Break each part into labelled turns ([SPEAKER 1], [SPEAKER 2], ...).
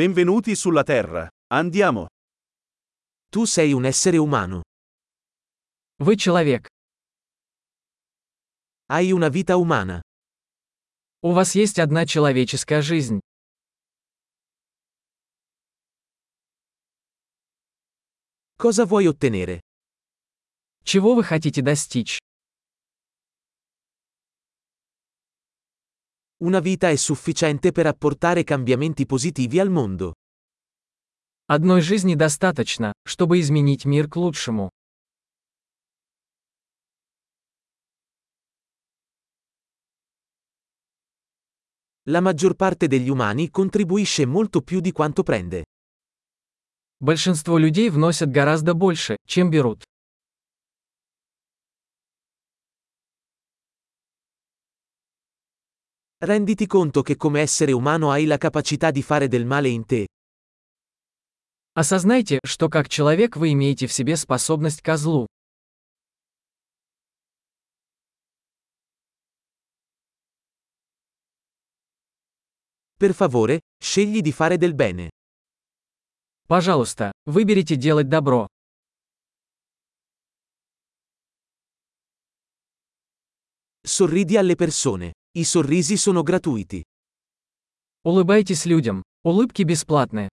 [SPEAKER 1] Benvenuti sulla Terra. Andiamo.
[SPEAKER 2] Tu sei un essere umano.
[SPEAKER 3] Вы человек.
[SPEAKER 2] Hai una vita umana.
[SPEAKER 3] У вас есть одна человеческая жизнь.
[SPEAKER 2] Cosa vuoi ottenere?
[SPEAKER 3] Чего вы хотите достичь?
[SPEAKER 2] Una vita è sufficiente per apportare cambiamenti positivi al mondo.
[SPEAKER 3] Одной жизни достаточно, чтобы изменить мир к лучшему.
[SPEAKER 2] La maggior parte degli umani contribuisce molto più di quanto prende.
[SPEAKER 3] Большинство людей вносят гораздо больше, чем берут.
[SPEAKER 2] Renditi conto che come essere umano hai la capacità di fare del male in te.
[SPEAKER 3] Осознайте, что как человек вы имеете в себе способность ко злу.
[SPEAKER 2] Per favore, scegli di fare del bene.
[SPEAKER 3] Пожалуйста, выберите делать добро.
[SPEAKER 2] Sorridi alle persone. I sorrisi sono gratuiti.
[SPEAKER 3] Улыбайтесь людям. Улыбки бесплатны.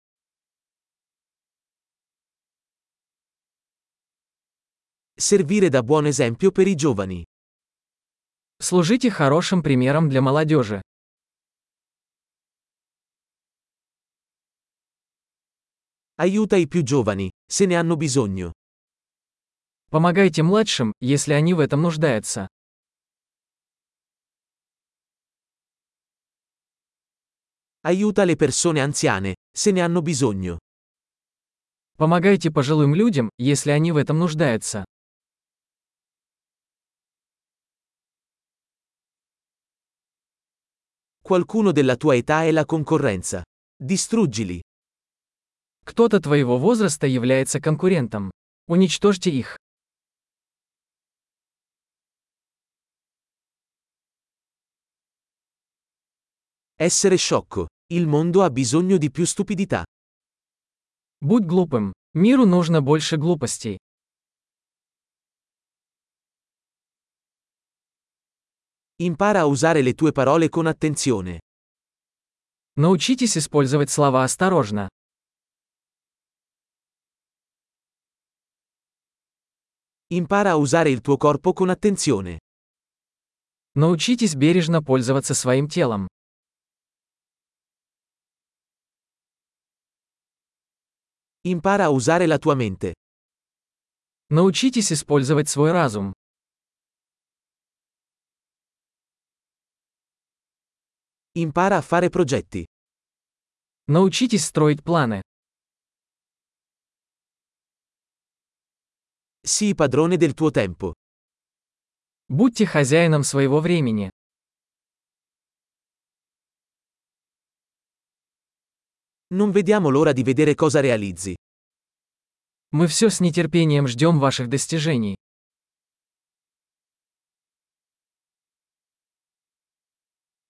[SPEAKER 2] Servire da buon esempio per i giovani.
[SPEAKER 3] Служите хорошим примером для молодежи.
[SPEAKER 2] Aiuta i più giovani, se ne hanno bisogno.
[SPEAKER 3] Помогайте младшим, если они в этом нуждаются.
[SPEAKER 2] Aiuta le persone anziane, se ne hanno bisogno.
[SPEAKER 3] Помогайте пожилым людям, если они в этом нуждаются.
[SPEAKER 2] Qualcuno della tua età è la concorrenza. Distruggili.
[SPEAKER 3] Кто-то твоего возраста является конкурентом. Уничтожьте их.
[SPEAKER 2] Essere sciocco. Il mondo ha bisogno di più stupidità.
[SPEAKER 3] Будь глупым. Миру нужно больше глупостей.
[SPEAKER 2] Impara a usare le tue parole con attenzione.
[SPEAKER 3] Научитесь использовать слова осторожно.
[SPEAKER 2] Impara a usare il tuo corpo con attenzione.
[SPEAKER 3] Научитесь бережно пользоваться своим телом.
[SPEAKER 2] Impara a usare la tua mente.
[SPEAKER 3] Научитесь использовать свой разум.
[SPEAKER 2] Impara a fare progetti.
[SPEAKER 3] Научитесь строить планы.
[SPEAKER 2] Sii padrone del tuo tempo.
[SPEAKER 3] Будьте хозяином своего времени.
[SPEAKER 2] Non vediamo l'ora di vedere cosa realizzi.
[SPEAKER 3] Мы все с нетерпением ждем ваших достижений.